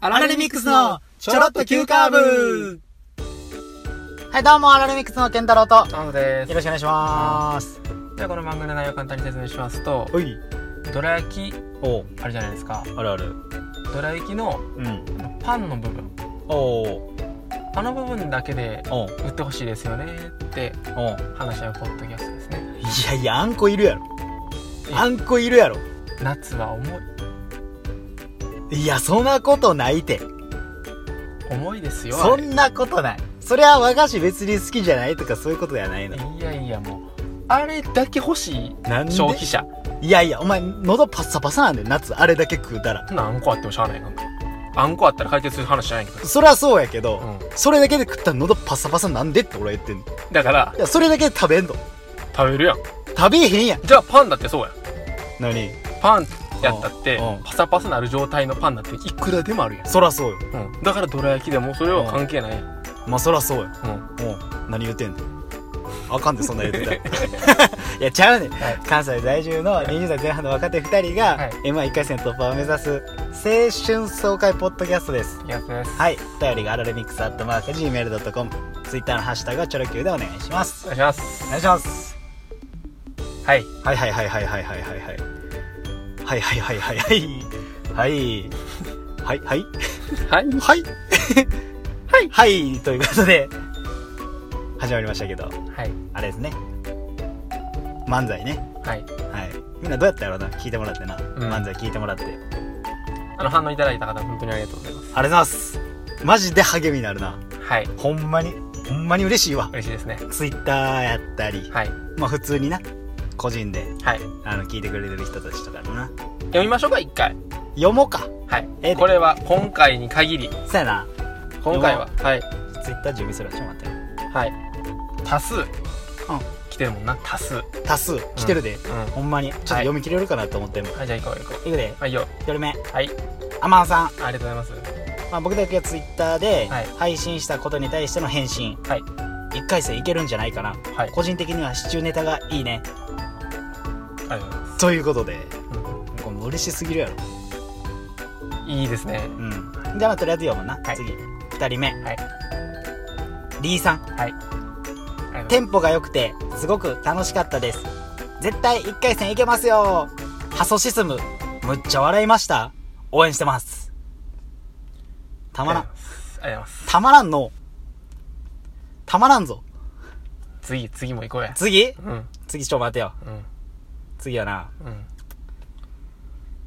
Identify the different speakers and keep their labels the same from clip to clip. Speaker 1: アラレミックスのちょろっと急カーブ
Speaker 2: はい、どうも、アラレミックスの健太郎と、よ
Speaker 1: なのです
Speaker 2: ろしくお願いします。
Speaker 1: じゃあこの番組の内容を簡単に説明しますと
Speaker 2: おい。
Speaker 1: どら焼き
Speaker 2: お
Speaker 1: あるじゃないですか
Speaker 2: あるある。
Speaker 1: どら焼きの
Speaker 2: うん。
Speaker 1: パンの部分
Speaker 2: お
Speaker 1: あの部分だけで
Speaker 2: お
Speaker 1: 売ってほしいですよねって
Speaker 2: おい
Speaker 1: 話し合うポッドキャストですね
Speaker 2: やいや、あんこいるやろ。あんこいるやろ。
Speaker 1: 夏は重い
Speaker 2: いや、そんなことないて。
Speaker 1: 重いですよ
Speaker 2: そ
Speaker 1: あれ
Speaker 2: んなことない。そりゃ和菓子別に好きじゃないとかそういうことではないの。
Speaker 1: いやいやもうあれだけ欲しい
Speaker 2: なんで
Speaker 1: 消費者
Speaker 2: いやいや、お前、喉パッサパサなんだよ、夏。あれだけ食うたら。
Speaker 1: そんなあんこあってもしゃあないなんかあんこあったら解決する話じゃないけど、
Speaker 2: そりゃそうやけど、
Speaker 1: うん、
Speaker 2: それだけで食ったら喉パッサパサなんでって俺は言ってんの。
Speaker 1: だから
Speaker 2: いや、それだけで食べんの。
Speaker 1: 食べるやん
Speaker 2: 食べへんやん。
Speaker 1: じゃあパンだってそうやん
Speaker 2: 何
Speaker 1: パンやったって
Speaker 2: うん
Speaker 1: パサパサなる状態のパンだっていくらでもあるや
Speaker 2: そらそうよ。
Speaker 1: ん、うん、だからどら焼きでもそれは関係ないやん、うん
Speaker 2: まあそらそうよ。もう何言うてんのあかんでそんな言ってたら いやちゃうねん、
Speaker 1: はい
Speaker 2: 関西在住の20代前半の若手2人
Speaker 1: は
Speaker 2: が
Speaker 1: い
Speaker 2: m 1回戦突破を目指す青春爽快ポッドキャストです
Speaker 1: やつです
Speaker 2: はいお便りがアラレミックスアットマーク Gmail.com ツイッターのハッシュタグはチョロ Q でお願いしま
Speaker 1: お
Speaker 2: す
Speaker 1: 願いします
Speaker 2: お願いします
Speaker 1: はい
Speaker 2: はいはいはいはいはいはいはいはいはいはいはいはいはいはいはいはい
Speaker 1: はい
Speaker 2: は い
Speaker 1: はい
Speaker 2: はいということで始まりましたけど
Speaker 1: はい
Speaker 2: あれですね漫才ね
Speaker 1: はい
Speaker 2: はいみんなどうやったやろうな聞いてもらってな、
Speaker 1: ん
Speaker 2: 漫才聞いてもらってありがと
Speaker 1: あの反応いただいた方本当にありがとうございます
Speaker 2: うございますマジで励みになるな
Speaker 1: はい
Speaker 2: ほんまにほんまに嬉しいわ
Speaker 1: 嬉しいですね
Speaker 2: ツイッターやったり
Speaker 1: はい
Speaker 2: まあ普通にな個人で
Speaker 1: はい
Speaker 2: あの聞いてくれてる人たちとかのな
Speaker 1: 読みましょうか一回
Speaker 2: 読もうか
Speaker 1: はい
Speaker 2: ええで
Speaker 1: これは今回に限り
Speaker 2: そやな
Speaker 1: 今回ははい
Speaker 2: ツイッター準備するわちょっと待って
Speaker 1: はい多数来てるもんな多数うん
Speaker 2: 多数来てるで、
Speaker 1: は
Speaker 2: ほんまにちょっと読み切れるかなと思っても、
Speaker 1: いじゃあ行こう行こ
Speaker 2: い、くで
Speaker 1: うはいよ
Speaker 2: 1人目
Speaker 1: はい
Speaker 2: アマンさん、
Speaker 1: ありがとうございます
Speaker 2: まあ、僕だけがツイッターで
Speaker 1: はい
Speaker 2: 配信したことに対しての返信、
Speaker 1: はい
Speaker 2: 1回戦いけるんじゃないかな
Speaker 1: はいあり
Speaker 2: 個人的にはシチューネタがいいね
Speaker 1: がとうございます
Speaker 2: ということで
Speaker 1: うん
Speaker 2: この嬉しすぎるやろ
Speaker 1: いいですね
Speaker 2: うんじゃあまあとりあえず読もうな、
Speaker 1: はい
Speaker 2: 次2人目
Speaker 1: はい
Speaker 2: リーさん
Speaker 1: ありがとうございます
Speaker 2: テンポが良くてすごく楽しかったです絶対1回戦いけますよハソシスムむっちゃ笑いました応援してますたまらん
Speaker 1: ありがとうございます
Speaker 2: たまらんのたまらんぞ
Speaker 1: 次次も行こうや
Speaker 2: 次
Speaker 1: うんうん
Speaker 2: 次ちょ待てよ次はな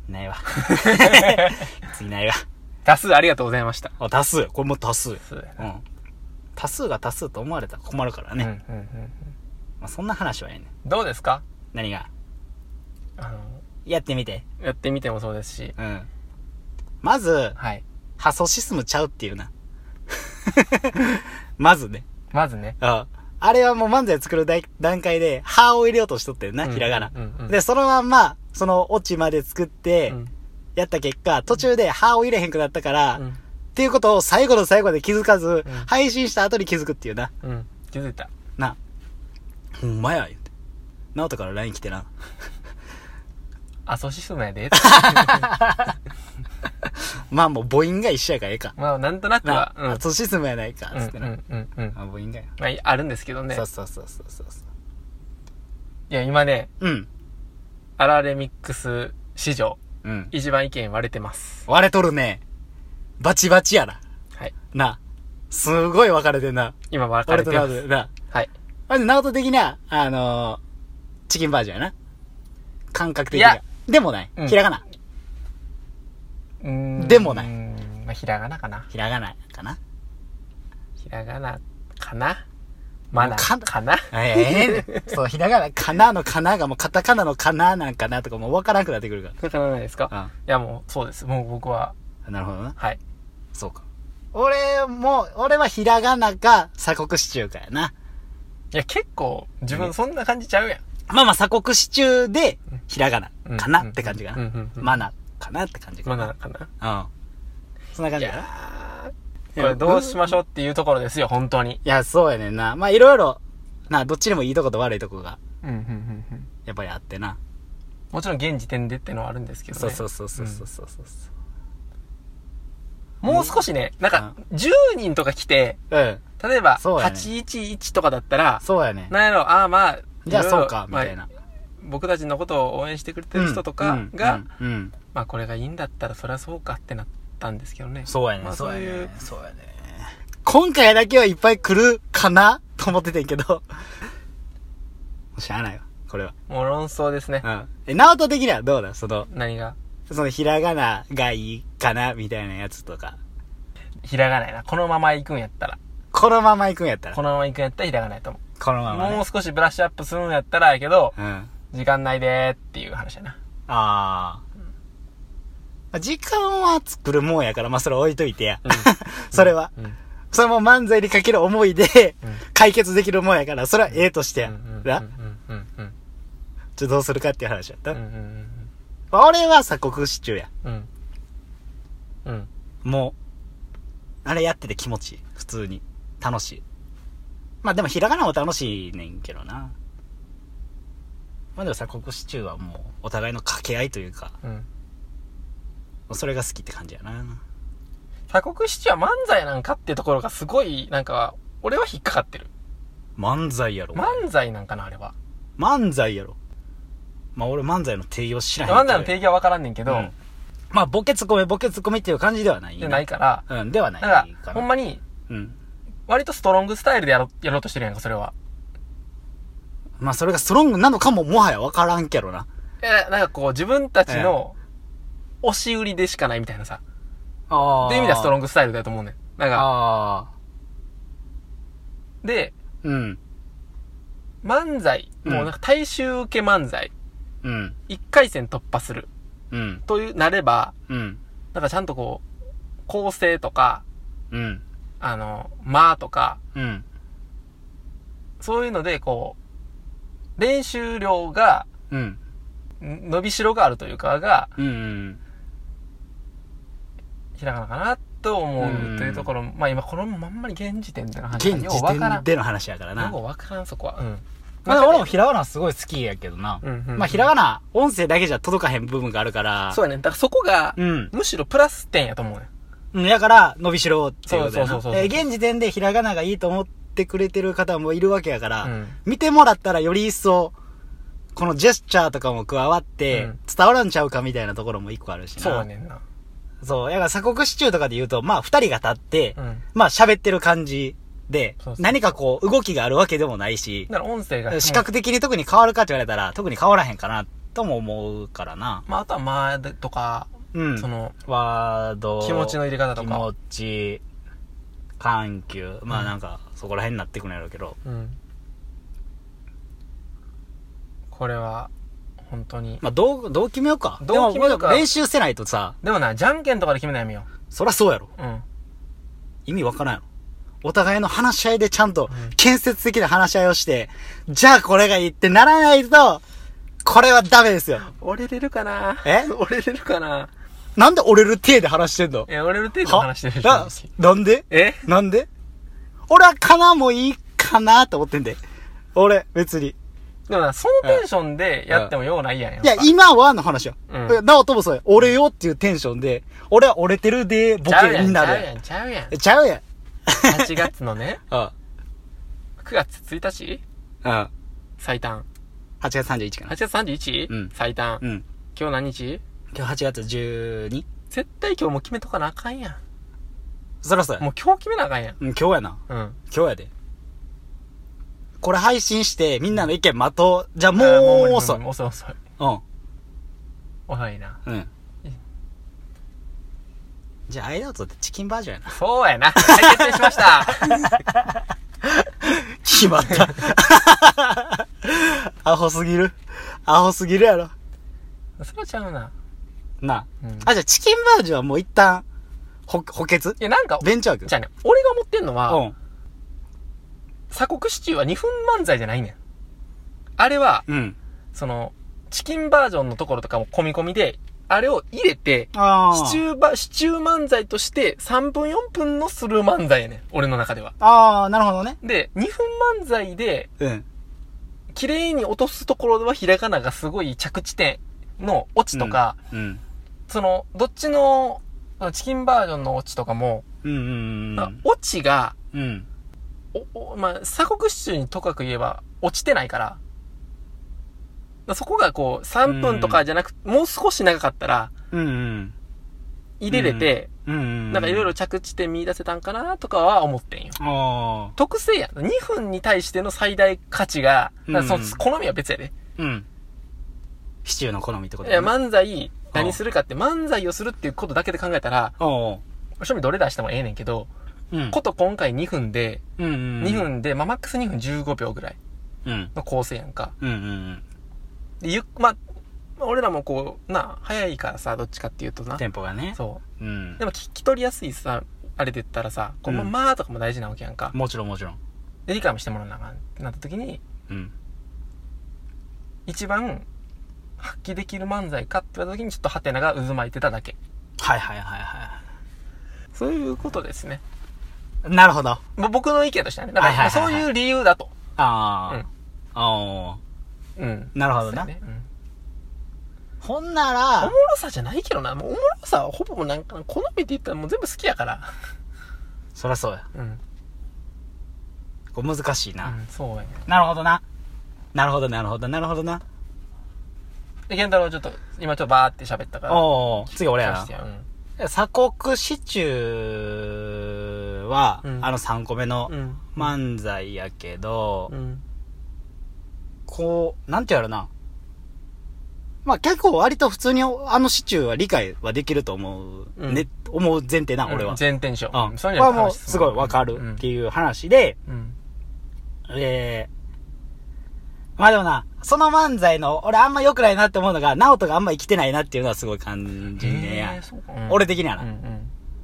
Speaker 1: うん
Speaker 2: な いわ次ないわ
Speaker 1: 多数ありがとうございました
Speaker 2: あ多数これもう多数
Speaker 1: そうや
Speaker 2: うん、多数が多数と思われたら困るからね、
Speaker 1: ねうんうんうん
Speaker 2: まあ、そんな話はええねん
Speaker 1: どうですか
Speaker 2: 何が
Speaker 1: あの
Speaker 2: やってみて
Speaker 1: やってみてもそうですし
Speaker 2: うんまず
Speaker 1: はい
Speaker 2: ハソシスムちゃうっていうな まずね
Speaker 1: まずね
Speaker 2: ああれはもう漫才作る段段階で「は」を入れようとしとってんな、
Speaker 1: うん
Speaker 2: ひらがな、
Speaker 1: うんうん
Speaker 2: でそのまんまそのオチまで作って、
Speaker 1: うん
Speaker 2: やった結果途中で「は」を入れへんくなったから、
Speaker 1: う
Speaker 2: っ
Speaker 1: ん
Speaker 2: ていうことを最後の最後で気づかず、
Speaker 1: うん
Speaker 2: 配信した後に気づくっていうな
Speaker 1: うん気づいた
Speaker 2: なあほんまや言うて直人から LINE 来てな
Speaker 1: あそうしそうなんやで
Speaker 2: まあもう母音が一緒やからええか。
Speaker 1: まあなんとなく
Speaker 2: な
Speaker 1: は
Speaker 2: あ、
Speaker 1: うん
Speaker 2: あ、シスムやないか、
Speaker 1: う
Speaker 2: つって
Speaker 1: んう
Speaker 2: な。
Speaker 1: んうんうん
Speaker 2: あ、母音がや。
Speaker 1: まああるんですけどね
Speaker 2: そうそうそうそうそうそ
Speaker 1: いや今ね
Speaker 2: う。うん。
Speaker 1: アラレミックス史上
Speaker 2: うん。
Speaker 1: 一番意見割れてます
Speaker 2: 割れとるね。バチバチやな。
Speaker 1: はい
Speaker 2: なあ。すごい分かれてんな。
Speaker 1: 今分か
Speaker 2: 俺
Speaker 1: れて
Speaker 2: と
Speaker 1: ま
Speaker 2: ナ
Speaker 1: す
Speaker 2: ズ、なあ。
Speaker 1: はい
Speaker 2: まず、ナオト的には、あのー、チキンバージョンやな。感覚的
Speaker 1: い
Speaker 2: には
Speaker 1: や。
Speaker 2: でもない。
Speaker 1: うん
Speaker 2: ひらがな。
Speaker 1: うーん
Speaker 2: でもないう
Speaker 1: ーんまあひらがなかな
Speaker 2: ひらがなかな。
Speaker 1: ひらがなかなまだ
Speaker 2: か
Speaker 1: かな
Speaker 2: ええねんそう、ひらがな、かなのかながもうカタカナのかななんかなとかもう分からなくなってくるか
Speaker 1: わからないですか、
Speaker 2: ら。
Speaker 1: いやもうそうですもう僕は
Speaker 2: うん。なるほどな。
Speaker 1: はい
Speaker 2: そうか。俺も、俺はひらがなか鎖国支柱かやな。
Speaker 1: いや結構自
Speaker 2: ね
Speaker 1: 分そんな感じちゃうやん
Speaker 2: まあまあ鎖国支柱で、ひらが
Speaker 1: うん
Speaker 2: な、かなって感じか
Speaker 1: うんう
Speaker 2: な。
Speaker 1: んうん
Speaker 2: マナかなって感じ
Speaker 1: ま
Speaker 2: か
Speaker 1: あな
Speaker 2: な。
Speaker 1: のかな
Speaker 2: うん。そんな感
Speaker 1: い
Speaker 2: じかな。
Speaker 1: やーこれどうしましょうっていうところですよ本当に
Speaker 2: いや、そうやねんな。まあいろいろ、な、どっちでもいいとこと悪いとこが、
Speaker 1: うんうんうんうん
Speaker 2: やっぱりあってな。
Speaker 1: もちろん現時点でってのはあるんですけどね
Speaker 2: そうそうそうそうそうそうそう。
Speaker 1: もう少しね、なんか、10人とか来て、
Speaker 2: うん。
Speaker 1: 例えば、
Speaker 2: そうやね
Speaker 1: 811とかだったら、
Speaker 2: そうやね。
Speaker 1: なんやろ、ああまあ、
Speaker 2: じゃあ
Speaker 1: ろろ
Speaker 2: そうか、み
Speaker 1: まあ
Speaker 2: たいな。
Speaker 1: 僕たちのことを応援してくれてる人と
Speaker 2: う
Speaker 1: か
Speaker 2: ん
Speaker 1: が、、
Speaker 2: うんうん。うん
Speaker 1: まあこれがいいんだったらそりゃそうかってなったんですけどね。
Speaker 2: そうやね
Speaker 1: まあ、そういう、
Speaker 2: そうやね。今回だけはいっぱい来るかなと思っててんけど。 もうしゃあないわ、これは。
Speaker 1: もう論争ですね
Speaker 2: う。ん。え、ナオト的にはどうだその、
Speaker 1: 何が
Speaker 2: そのひらがながいいかなみたいなやつとか。
Speaker 1: ひらがなやな。このまま行くんやったら。
Speaker 2: このまま行くんやったら。
Speaker 1: こ
Speaker 2: この
Speaker 1: のまま行くんやったらひらがなやと思う。
Speaker 2: まま
Speaker 1: も
Speaker 2: ね
Speaker 1: う。少しブラッシュアップするんやったらやけど、
Speaker 2: うん。あ
Speaker 1: 時間ないでーっていう話やな。
Speaker 2: あー。まあ時間は作るもんやから、まあそれ置いといてや。
Speaker 1: うん
Speaker 2: それは。
Speaker 1: うん。うん
Speaker 2: それも漫才にかける思いで
Speaker 1: うん、
Speaker 2: 解決できるもんやから、それはええとし
Speaker 1: う
Speaker 2: てや
Speaker 1: んうん。うん
Speaker 2: な
Speaker 1: うんうん
Speaker 2: ちょっとどうするかっていう話やった。
Speaker 1: うんうん
Speaker 2: 俺は鎖国支柱や。
Speaker 1: うんうんうん
Speaker 2: もう、あれやってて気持ちいい。普通に。楽しい。まあでも、ひらがなも楽しいねんけどな。まあでも鎖国支柱はもう、お互いの掛け合いというか、
Speaker 1: うん
Speaker 2: それが好きって感じやな。
Speaker 1: 鎖国七は漫才なんかっていうところがすごいなんか俺は引っかかってる
Speaker 2: 漫才やろ。
Speaker 1: 漫才なんかなあれは
Speaker 2: 漫才やろ。まあ俺漫才の定義を知らへんけど。
Speaker 1: 漫才の定義は分からんねんけど、
Speaker 2: うんまあ、ボケツッコミ、ボケツッコミっていう感じではない。
Speaker 1: じゃないから、
Speaker 2: うん、ではない
Speaker 1: だか、
Speaker 2: からな。
Speaker 1: ほんまに、
Speaker 2: うん。
Speaker 1: 割とストロングスタイルでやろやろうとしてるやんか、それは。
Speaker 2: まあ、それがストロングなのかももはやわからんけどな。
Speaker 1: え、なんかこう、自分たちの、押し売りでしかないみたいなさ。
Speaker 2: あ
Speaker 1: っていう意味ではストロ
Speaker 2: ング。
Speaker 1: ングスタイルだと思うねん。なんか、
Speaker 2: ああ。
Speaker 1: で、
Speaker 2: うん。
Speaker 1: 漫才、
Speaker 2: うん
Speaker 1: もうなんか大衆受け漫才、
Speaker 2: うん。
Speaker 1: 一回戦突破する、
Speaker 2: うん。
Speaker 1: という、なれば、
Speaker 2: うん。
Speaker 1: なんかちゃんとこう、構成とか、
Speaker 2: うん。
Speaker 1: あの、間とか、
Speaker 2: うん。
Speaker 1: そういうので、こう、練習量が、
Speaker 2: うん。
Speaker 1: ん伸びしろがあるというか、が、
Speaker 2: うん。
Speaker 1: ひらがなかなと思
Speaker 2: うん
Speaker 1: うというところ、まあ今このまんまに現時点での話
Speaker 2: 現
Speaker 1: が
Speaker 2: 時
Speaker 1: ようわから
Speaker 2: 点
Speaker 1: ん。
Speaker 2: での話やからな。
Speaker 1: よ
Speaker 2: ま
Speaker 1: うわからんそこは。うん。
Speaker 2: あ、でも俺もひらがなすごい好きやけどな。
Speaker 1: うんうん
Speaker 2: まあ、ひらがな、音声だけじゃ届かへん部分があるから。
Speaker 1: そうやね。だからそこが、
Speaker 2: うん。
Speaker 1: むしろプラス点やと思うね。
Speaker 2: うん、だから、伸びしろっていうことやな。
Speaker 1: そうそうそうそう
Speaker 2: えー現時点でひらがながいいと思ってくれてる方もいるわけやから、
Speaker 1: うん
Speaker 2: 見てもらったらより一層、このジェスチャーとかも加わって
Speaker 1: うん、
Speaker 2: 伝わらんちゃうかみたいなところも一個あるしな。
Speaker 1: そうや。ねんな。
Speaker 2: そう。だから鎖国支柱とかで言うと、まあ二人が立って、
Speaker 1: うん。
Speaker 2: まあ喋ってる感じで
Speaker 1: そう、そう
Speaker 2: 何かこう動きがあるわけでもないし、
Speaker 1: だから音声が。
Speaker 2: 視覚的に特に変わるかって言われたら、特に変わらへんかな、とも思うからな。
Speaker 1: まああとは間でとか、
Speaker 2: うん。
Speaker 1: その、
Speaker 2: ワード。
Speaker 1: 気持ちの入れ方と
Speaker 2: 気
Speaker 1: か。
Speaker 2: 持ち、緩急、まあなんか、そこら辺になってくるんやろうけど、
Speaker 1: うん。これは、本当に。
Speaker 2: まあどう、どう決めようか。
Speaker 1: どう決めようか
Speaker 2: でも練習せないとさ、
Speaker 1: でもな、じゃんけんとかで決めないみよ
Speaker 2: そらそうやろ。
Speaker 1: う。うん。
Speaker 2: 意味わからんやろ。お互いの話し合いでちゃんと
Speaker 1: うん
Speaker 2: 建設的な話し合いをして、じゃあこれがいいってならないと、これはダメですよ。
Speaker 1: 折れれるかな
Speaker 2: え
Speaker 1: 折れれるかな
Speaker 2: なんで折れる体で話してんの
Speaker 1: え、折れる程度
Speaker 2: は
Speaker 1: 話してるし。
Speaker 2: ななんで
Speaker 1: え
Speaker 2: なんで俺はかなもいいかなと思ってんで。俺、別に。
Speaker 1: でもな、そのテンションでやっても用ないやん。
Speaker 2: いや
Speaker 1: っ、ぱ
Speaker 2: 今はの話よ。
Speaker 1: う
Speaker 2: なおともそうや。折れよっていうテンションで、俺は折れてるで、ボ
Speaker 1: ちゃう
Speaker 2: ケ
Speaker 1: やん
Speaker 2: にな
Speaker 1: ちゃう
Speaker 2: る
Speaker 1: やん、ちゃうやん。
Speaker 2: やん。ちゃうやん。
Speaker 1: 8月の ね、
Speaker 2: うん。
Speaker 1: 9月1日
Speaker 2: うん。8
Speaker 1: 最短。
Speaker 2: 月31かな。
Speaker 1: 8月 31?
Speaker 2: うん
Speaker 1: 最短。
Speaker 2: うん。
Speaker 1: 今日何日
Speaker 2: 今日8月 12?
Speaker 1: 絶対今日もう決めとかなあかんや。
Speaker 2: そらそうんや。
Speaker 1: もう今日決めなあかんやん。
Speaker 2: うん、今日やな。
Speaker 1: うん。
Speaker 2: 今日やで。これ配信して、みんなの意見待とう。じゃあも
Speaker 1: あー
Speaker 2: う
Speaker 1: 無理
Speaker 2: 遅い
Speaker 1: 無理。遅い遅い。
Speaker 2: うん。
Speaker 1: 遅いな。
Speaker 2: うん。じゃあ、アイダートってチキンバージョンやな。
Speaker 1: そうやな。はい、決定しました。
Speaker 2: 決まった。 アホすぎる。アホすぎるやろ。
Speaker 1: それはちゃうな。
Speaker 2: なあ。
Speaker 1: うん
Speaker 2: あ、じゃあ、チキンバージョンはもう一旦、ほ、補欠
Speaker 1: いや、なんか、
Speaker 2: ベンチ枠
Speaker 1: じゃあね、俺が思ってんの
Speaker 2: う
Speaker 1: は、
Speaker 2: ん。
Speaker 1: 鎖国シチューは2分漫才じゃないねん。あれは、
Speaker 2: うん。
Speaker 1: その、チキンバージョンのところとかも込み込みで、あれを入れて、
Speaker 2: ああ。
Speaker 1: シチューバ、シチュー漫才として3分4分のスルー漫才やねん。俺の中では。
Speaker 2: ああ、なるほどね。
Speaker 1: で、2分漫才で、
Speaker 2: うん。
Speaker 1: 綺麗に落とすところではひらがながすごい着地点の落ちとか、
Speaker 2: うん。
Speaker 1: その、どっちの、そのチキンバージョンのオチとかも、
Speaker 2: うんうんうん
Speaker 1: まあオチが、
Speaker 2: うん。うん。
Speaker 1: お、お、まあ、鎖国シチューにとかく言えば、落ちてないから。だからそこがこう、3分とかじゃなく、もう少し長かったら、
Speaker 2: うんうん。
Speaker 1: 入れれて、
Speaker 2: うんうん。
Speaker 1: なんかいろいろ。着地点見出せたんかなとかは思ってんよ。
Speaker 2: ああ。
Speaker 1: 特性やん。2分に対しての最大価値が、だからそ
Speaker 2: うん
Speaker 1: の好みは別やで。
Speaker 2: うん。シチューの好みってこ
Speaker 1: い
Speaker 2: とね
Speaker 1: や、漫才、何するかって、漫才をするっていうことだけで考えたら、
Speaker 2: おう
Speaker 1: 正味どれ出してもええねんけど、
Speaker 2: うん。
Speaker 1: こと今回2分で、
Speaker 2: うんうん。
Speaker 1: 2。分で、まあ、マックス2分15秒ぐらい
Speaker 2: うん。
Speaker 1: の構成やんか。
Speaker 2: うんうん
Speaker 1: で、ゆっ、まあ、まあ俺らもこう、なあ、早いからさ、どっちかっていうと
Speaker 2: う。。
Speaker 1: なん
Speaker 2: テンポがね。。
Speaker 1: そう
Speaker 2: ん
Speaker 1: う。で。も聞き取りやすいさ、あれで言ったらさ、こう、ま
Speaker 2: う
Speaker 1: あ
Speaker 2: ん
Speaker 1: まあとかも大事なわけやんか。
Speaker 2: もちろんもちろん。
Speaker 1: で、理解もしてもらわなあかんってなった時に、
Speaker 2: うん。
Speaker 1: 一番発揮できる漫才かって言われた時に、ちょっとハテナが渦巻いてただけ。
Speaker 2: はいはいはいは
Speaker 1: そういうことですね。
Speaker 2: い。なるほど。あ
Speaker 1: ぼ僕の意見としてはね。だか
Speaker 2: はいは
Speaker 1: ら、
Speaker 2: いはい
Speaker 1: そ
Speaker 2: は
Speaker 1: う
Speaker 2: い
Speaker 1: いう理由だと。
Speaker 2: あ
Speaker 1: うん。
Speaker 2: あ
Speaker 1: うん。
Speaker 2: あ。なるほどな
Speaker 1: そうや。ねうん
Speaker 2: ほんな
Speaker 1: おも
Speaker 2: ら、
Speaker 1: ろさじゃないけどな。もうおもろさはほぼなんか、好みって言ったらもう全部好きやから。
Speaker 2: そらそうや。
Speaker 1: うん。
Speaker 2: こう難しいな。
Speaker 1: うん、そうやね。
Speaker 2: なるほどな。なるほどなるほどなるほどな。
Speaker 1: で、ケンタロウちょっと、今ちょっとバーって喋ったから。
Speaker 2: おうおう。次俺や
Speaker 1: 聞かせてようん
Speaker 2: な。鎖国シチューは、
Speaker 1: うん
Speaker 2: あの3個目の
Speaker 1: うん。
Speaker 2: 漫才やけど、
Speaker 1: うん。
Speaker 2: こう、なんてやろな。まあ結構割と普通にあのシチューは理解はできると思う、
Speaker 1: うん
Speaker 2: ね、思う前提な、俺は。
Speaker 1: 前転しよう。
Speaker 2: うん。
Speaker 1: そ
Speaker 2: そうれ
Speaker 1: いうの
Speaker 2: は
Speaker 1: に関
Speaker 2: もう
Speaker 1: して
Speaker 2: すごいわかる
Speaker 1: うん
Speaker 2: っていう話で、
Speaker 1: うん。
Speaker 2: えー、まあでもな、その漫才の、俺あんま良くないなって思うのが、直人があんま生きてないなっていうのはすごい感じね
Speaker 1: へ
Speaker 2: や
Speaker 1: ー。そうかうん
Speaker 2: 俺的には
Speaker 1: うん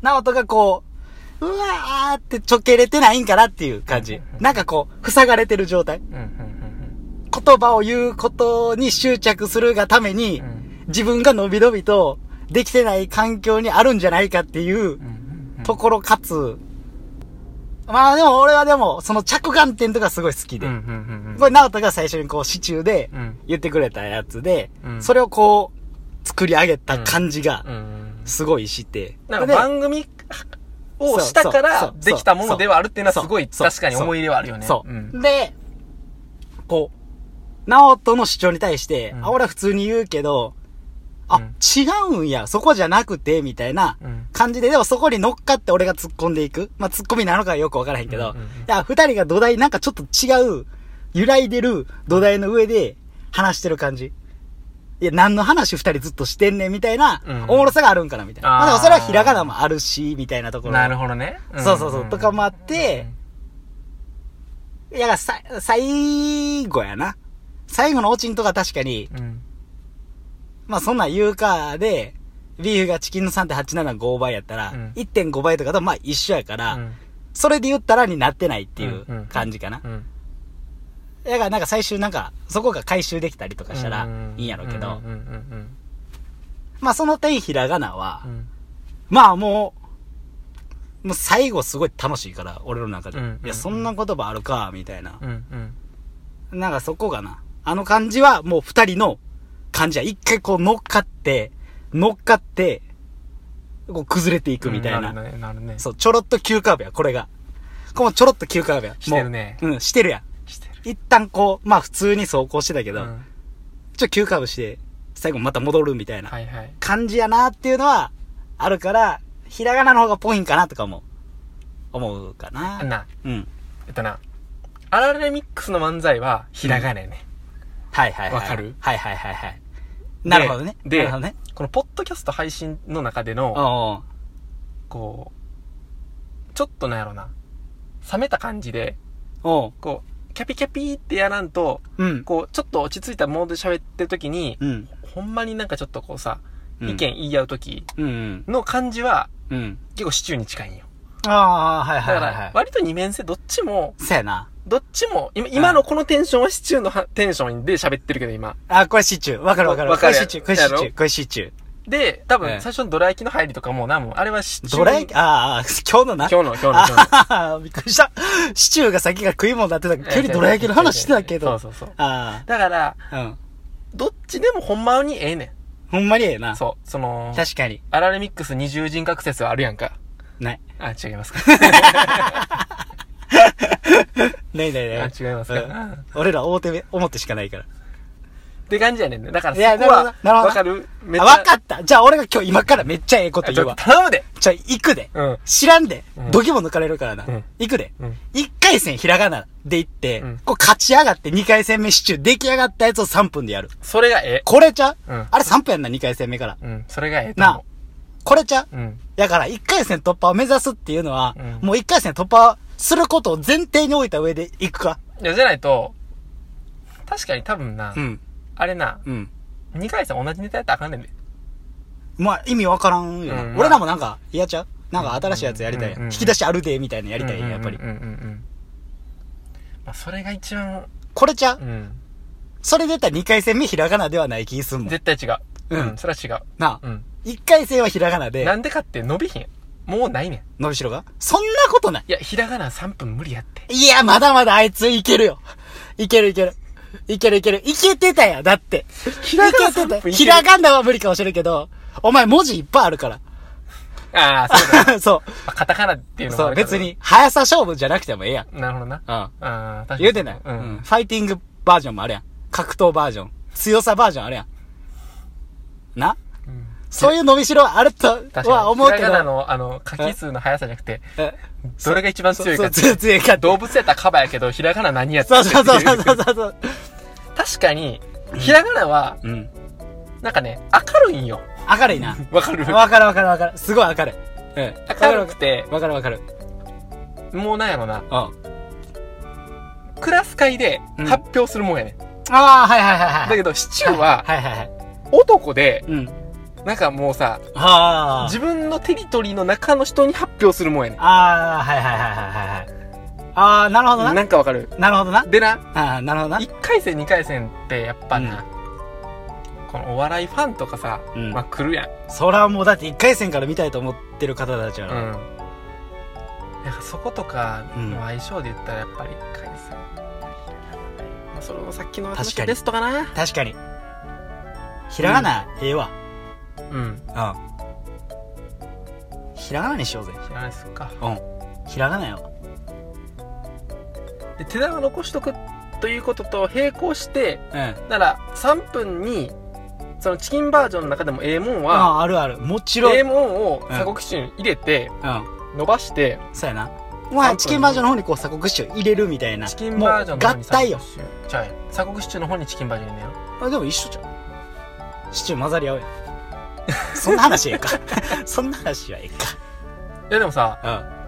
Speaker 2: な。
Speaker 1: うん。
Speaker 2: 直人がこう、うわーってちょけれてないんかなっていう感
Speaker 1: う
Speaker 2: じ
Speaker 1: んうんう。ん
Speaker 2: なんかこう、塞がれてる状態。
Speaker 1: うんうん
Speaker 2: 言葉を言うことに執着するがために
Speaker 1: うんうん。う、ん
Speaker 2: 自分が伸び伸びとできてない環境にあるんじゃないかっていう
Speaker 1: うんうんうん。
Speaker 2: ところかつ、まあでも俺はでもその着眼点とかすごい好きで、
Speaker 1: うんうんうんうん。
Speaker 2: これ直人が最初にこう支柱で
Speaker 1: うん。
Speaker 2: 言ってくれたやつで、
Speaker 1: うん
Speaker 2: それをこう作り上げた感じが
Speaker 1: うんうん。
Speaker 2: すごいして、
Speaker 1: なん
Speaker 2: で
Speaker 1: か番組をしたか
Speaker 2: そう
Speaker 1: ら
Speaker 2: そう
Speaker 1: できたものではあるっていうのは
Speaker 2: そう
Speaker 1: すごい
Speaker 2: そう
Speaker 1: 確かに思い入れはあるよね。
Speaker 2: そう、
Speaker 1: ん
Speaker 2: で、こう、直人の主張に対して、
Speaker 1: うん
Speaker 2: あ、俺は普通に言うけど、あ、
Speaker 1: うん
Speaker 2: 違うんや、そこじゃなくて、みたいな、
Speaker 1: うん。
Speaker 2: 感じで、でもそこに乗っかって俺が突っ込んでいく。まあ、突っ込みなのかよくわからへんけど、
Speaker 1: うんうんうん
Speaker 2: いや、二人が土台、なんかちょっと違う、揺らいでる土台の上で話してる感じ。いや、何の話二人ずっとしてんねん、みたいな
Speaker 1: うん、
Speaker 2: おもろさがあるんかな、みたいな。
Speaker 1: あー
Speaker 2: まあ、でもそれはひらがなもあるし、みたいなところ。
Speaker 1: なるほどね。ん
Speaker 2: そうそうそうとかもあっていや、さ、最後やな。最後のオチんとか確かに、
Speaker 1: うんうん。
Speaker 2: まあ、そんなん言うか、で、ビーフがチキンの3.875倍やったら、
Speaker 1: うん
Speaker 2: 1.5倍とかとまあ一緒やから、
Speaker 1: うん
Speaker 2: それで言ったらになってないっていう
Speaker 1: うんうん
Speaker 2: 感じかな。
Speaker 1: うん。
Speaker 2: だからなんか最終なんか、そこが回収できたりとかしたらいいんやろうけ
Speaker 1: う
Speaker 2: ど
Speaker 1: ん、うんうん
Speaker 2: まあその点ひらがなは
Speaker 1: う、ん
Speaker 2: まあもう、もう最後すごい楽しいから、俺の中で。
Speaker 1: うんうんうん
Speaker 2: いや、そんな言葉あるか、みたいな
Speaker 1: うん。うんうん。
Speaker 2: なんかそこがな、あの感じはもう二人の感じや。一回こう乗っかって、乗っかって、こう崩れていくみたいな。
Speaker 1: うんるね、なるね。
Speaker 2: そう、ちょろっと急カーブや、これが。このちょろっと急カーブや。
Speaker 1: してるね
Speaker 2: もううん、してるやん。
Speaker 1: してる。
Speaker 2: 一旦こう、まあ普通に走行してたけど、
Speaker 1: うん
Speaker 2: ちょ、急カーブして、最後また戻るみたいな
Speaker 1: はいはい。
Speaker 2: 感じやなっていうのはあるから、ひらがなの方がぽいんかなとかも、思うか
Speaker 1: あ
Speaker 2: な。
Speaker 1: んな、
Speaker 2: うん。
Speaker 1: えっとな、アラレミックスの漫才は、ひらがなやね。
Speaker 2: はいはいはい。
Speaker 1: わかる
Speaker 2: はいはいはいはい。なるほどね。
Speaker 1: で
Speaker 2: なるほどね。
Speaker 1: このポッドキャスト配信の中での、
Speaker 2: おう
Speaker 1: こう、ちょっとなんやろな、冷めた感じで、
Speaker 2: おうおう
Speaker 1: こう、キャピキャピーってやらんと、
Speaker 2: うん。
Speaker 1: こう、ちょっと落ち着いたモードで喋ってる時に、
Speaker 2: うん。
Speaker 1: ほんまになんかちょっとこうさ、
Speaker 2: うん
Speaker 1: 意見言い合う時
Speaker 2: うんうん。
Speaker 1: の感じは、
Speaker 2: うん。
Speaker 1: 結構シチューに近いんよ。
Speaker 2: ああ、はい
Speaker 1: だ
Speaker 2: はい
Speaker 1: か
Speaker 2: はい
Speaker 1: ら、
Speaker 2: はい。
Speaker 1: 割と二面性、どっちも、
Speaker 2: そうやな。
Speaker 1: どっちも、今今のこのテンションはシチューのはテンションで喋ってるけど、今。
Speaker 2: あ、これシチュー。わかるわかる。
Speaker 1: わかる
Speaker 2: こ
Speaker 1: や
Speaker 2: れ
Speaker 1: ん
Speaker 2: シチュー。これシチ
Speaker 1: や
Speaker 2: ュ
Speaker 1: ろ
Speaker 2: ー。これシチュ
Speaker 1: で、多
Speaker 2: ええ
Speaker 1: 分、最初のドラ焼きの入りとかもな、もう、あれはシ
Speaker 2: ー。
Speaker 1: チュー。
Speaker 2: どれああ、今日のな。
Speaker 1: 今日の、今日の、今日の。
Speaker 2: ああ、びっくりした。シチューが先が食い物だってたけど、急にどら焼き の話してたけど。
Speaker 1: そうそうそう。
Speaker 2: あ
Speaker 1: だから、
Speaker 2: あ、うん。
Speaker 1: どっちでもほんまにええね
Speaker 2: ほんまにええな。
Speaker 1: そう。その、
Speaker 2: 確かに。
Speaker 1: アラレミックス二重人格説はあるやんか。
Speaker 2: ない。
Speaker 1: あ、違います か。
Speaker 2: ないない
Speaker 1: あ
Speaker 2: ない。
Speaker 1: 違いますか
Speaker 2: うん俺ら大手目、表しかないから。
Speaker 1: って感じやねんね。だから
Speaker 2: いや
Speaker 1: そこは、
Speaker 2: なるほど
Speaker 1: わかるめ
Speaker 2: あ、わかった。じゃあ俺が今日今からめっちゃええこと
Speaker 1: ち
Speaker 2: 言う
Speaker 1: ょっ
Speaker 2: わ
Speaker 1: と。頼むで
Speaker 2: ちょ、行くで。
Speaker 1: うん。
Speaker 2: 知らんで
Speaker 1: うん。
Speaker 2: 度肝抜かれるからな
Speaker 1: うん。
Speaker 2: 行くで
Speaker 1: うん。
Speaker 2: 一回戦ひらがなで行って
Speaker 1: うん、
Speaker 2: こう勝ち上がって二回戦目シチュー出来上がったやつを3分でやる。
Speaker 1: それがえ
Speaker 2: これちゃう
Speaker 1: うん
Speaker 2: あれ3分やんな、二回戦目から。
Speaker 1: え。うん。それがええと
Speaker 2: なあ
Speaker 1: 思
Speaker 2: これちゃう
Speaker 1: う。うん。
Speaker 2: だから、一回戦突破を目指すっていうのは、
Speaker 1: うん
Speaker 2: もう一回戦突破することを前提に置いた上で行くか。
Speaker 1: いや、じゃないと、確かに多分な、
Speaker 2: ん。
Speaker 1: あれな、
Speaker 2: うん。
Speaker 1: 二回戦同じネタやったらあかんねんで。
Speaker 2: まあ、意味わからんよな、
Speaker 1: うん
Speaker 2: 俺らもなんか、嫌ちゃうなんか新しいやつやりたいやん、
Speaker 1: うんうん
Speaker 2: 引き出しあるで、みたいなやりたいやん、やっぱり。
Speaker 1: うんうんうんうんうん。まあ、それが一番、
Speaker 2: これちゃう
Speaker 1: うん。
Speaker 2: それで言ったら二回戦目ひらがなではない気すんもん。
Speaker 1: 絶対違う。
Speaker 2: うん
Speaker 1: それは違う。
Speaker 2: なあ、
Speaker 1: うん。
Speaker 2: 一回戦はひらがな
Speaker 1: な
Speaker 2: で、
Speaker 1: んでかって伸びひん。もうないねん。
Speaker 2: 伸びしろがそんなことない。
Speaker 1: いや、ひらがな3分無理やって。
Speaker 2: いや、まだまだあいついけるよ。いけるいける。いけるいける。いけてたやん、だって。
Speaker 1: ひらがな
Speaker 2: て
Speaker 1: 3
Speaker 2: た
Speaker 1: 分いける
Speaker 2: ひらがなは無理かもしれんけど、お前文字いっぱいあるから。
Speaker 1: ああ、そうだ。
Speaker 2: そう。
Speaker 1: まあカタカナっていうのも
Speaker 2: そ
Speaker 1: あ
Speaker 2: う、
Speaker 1: るから
Speaker 2: 別。に、速さ勝負じゃなくてもええやん。
Speaker 1: なるほどな。
Speaker 2: うん。
Speaker 1: ああ、確かに。
Speaker 2: 言うてない。
Speaker 1: う。
Speaker 2: うんん。ファイティングバージョンもあるやん。格闘バージョン。強さバージョンあるやん。な
Speaker 1: うん
Speaker 2: そういう伸びしろはあると
Speaker 1: 確か
Speaker 2: は
Speaker 1: に。
Speaker 2: 思うけ
Speaker 1: ひら
Speaker 2: ど
Speaker 1: がな。の、あの、書き数の速さじゃなくて、
Speaker 2: え
Speaker 1: どれが一番
Speaker 2: そ
Speaker 1: 強
Speaker 2: う
Speaker 1: い
Speaker 2: そ
Speaker 1: か
Speaker 2: う、。強い強いかって。
Speaker 1: 動物やったらカバやけど、ひらがな何やった
Speaker 2: そ
Speaker 1: っ
Speaker 2: う
Speaker 1: てい
Speaker 2: そうそうそうそうそう。
Speaker 1: 確かに、ひらがなは、
Speaker 2: うん。
Speaker 1: なんかね、明るいんよ。
Speaker 2: 明るいな。
Speaker 1: わかる
Speaker 2: わかるわかるわかる。すごい明るい。うん。
Speaker 1: 明るくて、
Speaker 2: わかるわかる。
Speaker 1: もうなんやろな、
Speaker 2: うん。あ
Speaker 1: クラス会で
Speaker 2: うん
Speaker 1: 発表するもんやね。
Speaker 2: あー、はいはいはいはい。
Speaker 1: だけど、シチューは、
Speaker 2: はいはいはい。
Speaker 1: 男で、
Speaker 2: うん。
Speaker 1: なんかもうさ、
Speaker 2: はあ。
Speaker 1: 自分のテリトリーの中の人に発表するもんやね。
Speaker 2: ああ、はいはいはいはいはいはい。ああ、なるほどな。
Speaker 1: なんかわかる。
Speaker 2: なるほどな。
Speaker 1: でな、
Speaker 2: ああ、なるほどな。
Speaker 1: 1回戦2回戦ってやっぱな、このお笑いファンとかさ、
Speaker 2: うん
Speaker 1: まあ来るやん。
Speaker 2: そらもうだって一回戦から見たいと思ってる方たちや
Speaker 1: う
Speaker 2: ろ。
Speaker 1: ん。なんかそことか
Speaker 2: うん
Speaker 1: の相性で言ったらやっぱり1回戦。まあそれもさっきの
Speaker 2: 確かに
Speaker 1: ベストかな。
Speaker 2: 確かに。ひらがな、ええわ。
Speaker 1: うん。
Speaker 2: うん。ひらがなにしようぜ。
Speaker 1: 知らないっすか。
Speaker 2: うん。ひらがなよ。
Speaker 1: で、手玉残しとくということと並行して、
Speaker 2: うん。
Speaker 1: なら3分に、そのチキンバージョンの中でもええもん
Speaker 2: あ
Speaker 1: は、
Speaker 2: あ、あるある。もちろん。
Speaker 1: ええ
Speaker 2: うん。
Speaker 1: もんを鎖国基準に入れて、伸ばして、
Speaker 2: そうやな。まあ、チキンバージョンの方にこう鎖国種入れるみたいな。
Speaker 1: チキンバージョンの方
Speaker 2: もう
Speaker 1: に
Speaker 2: 合体よ。
Speaker 1: じゃあ鎖国シチューの方にチキンバージョン入れよ
Speaker 2: あ、でも一緒じゃん。シチュー混ざり合うやん。 そんな話ええか。 そんな話はえ
Speaker 1: いやでもさ
Speaker 2: えか。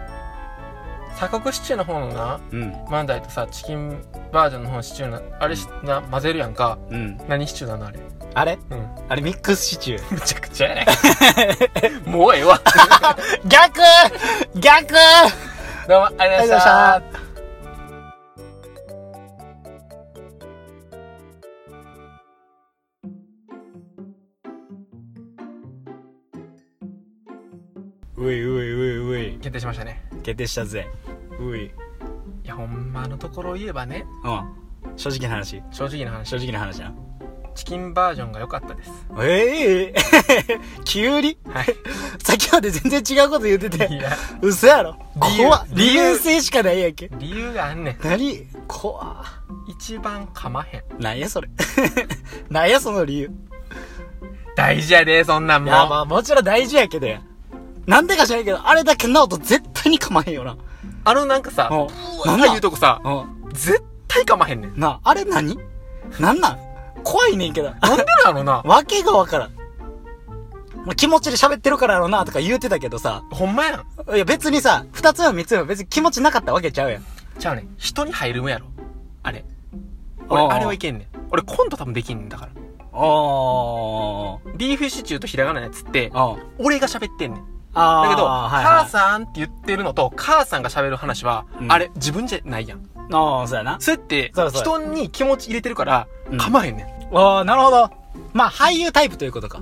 Speaker 1: 鎖国シチューの方のな
Speaker 2: うん。うん。
Speaker 1: 漫才とさチキンバージョンの方のシチューのあれしな混ぜるやんか
Speaker 2: うん。
Speaker 1: 何シチューなのあれう
Speaker 2: あれ
Speaker 1: ん
Speaker 2: あれミックスシチュー。
Speaker 1: むちゃくちゃや ねもうええわ
Speaker 2: 逆 逆
Speaker 1: どうもありがとうございました
Speaker 2: ういういういうい
Speaker 1: 決定しましたね
Speaker 2: 決定したぜうい
Speaker 1: いやほんまのところ言えばね
Speaker 2: うん正直な話
Speaker 1: 正直な話
Speaker 2: 正直な話な
Speaker 1: チキンバージョンが良かったです
Speaker 2: ええ 急に
Speaker 1: はい
Speaker 2: 先まで全然違うこと言って
Speaker 1: い
Speaker 2: て
Speaker 1: や
Speaker 2: 嘘やろ
Speaker 1: 理由
Speaker 2: 怖っ
Speaker 1: 理由
Speaker 2: 理由性しかないやんけ
Speaker 1: 理由があんねん
Speaker 2: 何怖っ
Speaker 1: 一番かまへん
Speaker 2: なんやそれ なんやその理由
Speaker 1: 大事やでそんなん
Speaker 2: い
Speaker 1: も
Speaker 2: やまあもちろん大事やけどやなんでか知らんけどあれだけなおと絶対にかまへんよな
Speaker 1: あのなんかさ
Speaker 2: うん
Speaker 1: ブ
Speaker 2: な
Speaker 1: ワ
Speaker 2: ん
Speaker 1: ー
Speaker 2: なん
Speaker 1: 言うとこさ
Speaker 2: う
Speaker 1: 絶対かまへんねん
Speaker 2: んなああれ何なんなん怖いねんけど
Speaker 1: なんでなのな
Speaker 2: わけがわからん。もう気持ちで喋ってるからやろなとか言うてたけどさ、
Speaker 1: ほんまやん
Speaker 2: いや別にさ、二つ目も三つ目も別に気持ちなかったわけちゃうやん。
Speaker 1: ちゃうねん人に入るもんやろあれ
Speaker 2: あー
Speaker 1: 俺あれはいけんねん俺コント多分できんねんだから
Speaker 2: おー。
Speaker 1: ビーフシチューとひらがなのやつって
Speaker 2: うん。
Speaker 1: 俺が喋ってんねん
Speaker 2: あー。
Speaker 1: だけど、
Speaker 2: はい
Speaker 1: 母
Speaker 2: はい、
Speaker 1: さんって言ってるのと母さんが喋る話は、
Speaker 2: うん
Speaker 1: あれ自分じゃないやん
Speaker 2: あー、そうやな。
Speaker 1: それって
Speaker 2: そうそう
Speaker 1: 人に気持ち入れてるから
Speaker 2: うん
Speaker 1: かまへんねん、
Speaker 2: あー、なるほど。まあ俳優タイプということか。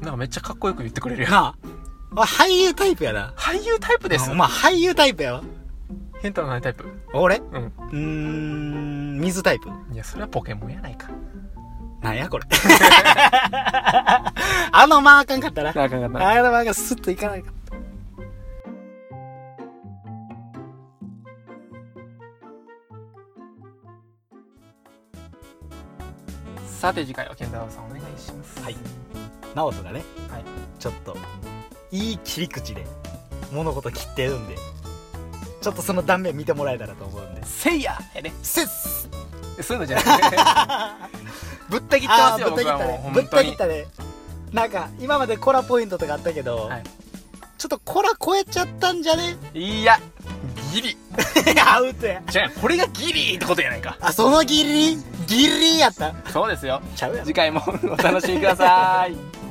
Speaker 1: なんかめっちゃかっこよく言ってくれるやん
Speaker 2: なあ。あ俳優タイプやな。
Speaker 1: 俳優タイプです
Speaker 2: まあ俳優タイプやわ。
Speaker 1: 変態のないタイプ
Speaker 2: 俺う
Speaker 1: うん
Speaker 2: ーん、水タイプ。
Speaker 1: いやそれはポケモンやないか
Speaker 2: なんやこれ。 あのまああかんかったな。
Speaker 1: あかんかった
Speaker 2: あのまあがスッといかないかった。
Speaker 1: さて次回は健太郎さんお願いします
Speaker 2: はい直人がね、
Speaker 1: はい
Speaker 2: ちょっと、いい切り口で物事切ってるんで、ちょっとその断面見てもらえたらと思うんで。
Speaker 1: せいややね
Speaker 2: せっす
Speaker 1: そういうのじゃな
Speaker 2: ぶった切
Speaker 1: ってますよ
Speaker 2: ぶった切った
Speaker 1: 僕はも
Speaker 2: ね
Speaker 1: う。
Speaker 2: ぶっ
Speaker 1: 本当
Speaker 2: た
Speaker 1: に
Speaker 2: 切ったね。なんか、今までコラポイントとかあったけど、
Speaker 1: はい
Speaker 2: ちょっとコラ超えちゃったんじゃね
Speaker 1: くていやギリ
Speaker 2: アウトや。
Speaker 1: じゃあこれがギリってことやないか
Speaker 2: あ、そのギリギリやった。
Speaker 1: そうですよ
Speaker 2: ちゃうやろ
Speaker 1: 次回もお楽しみください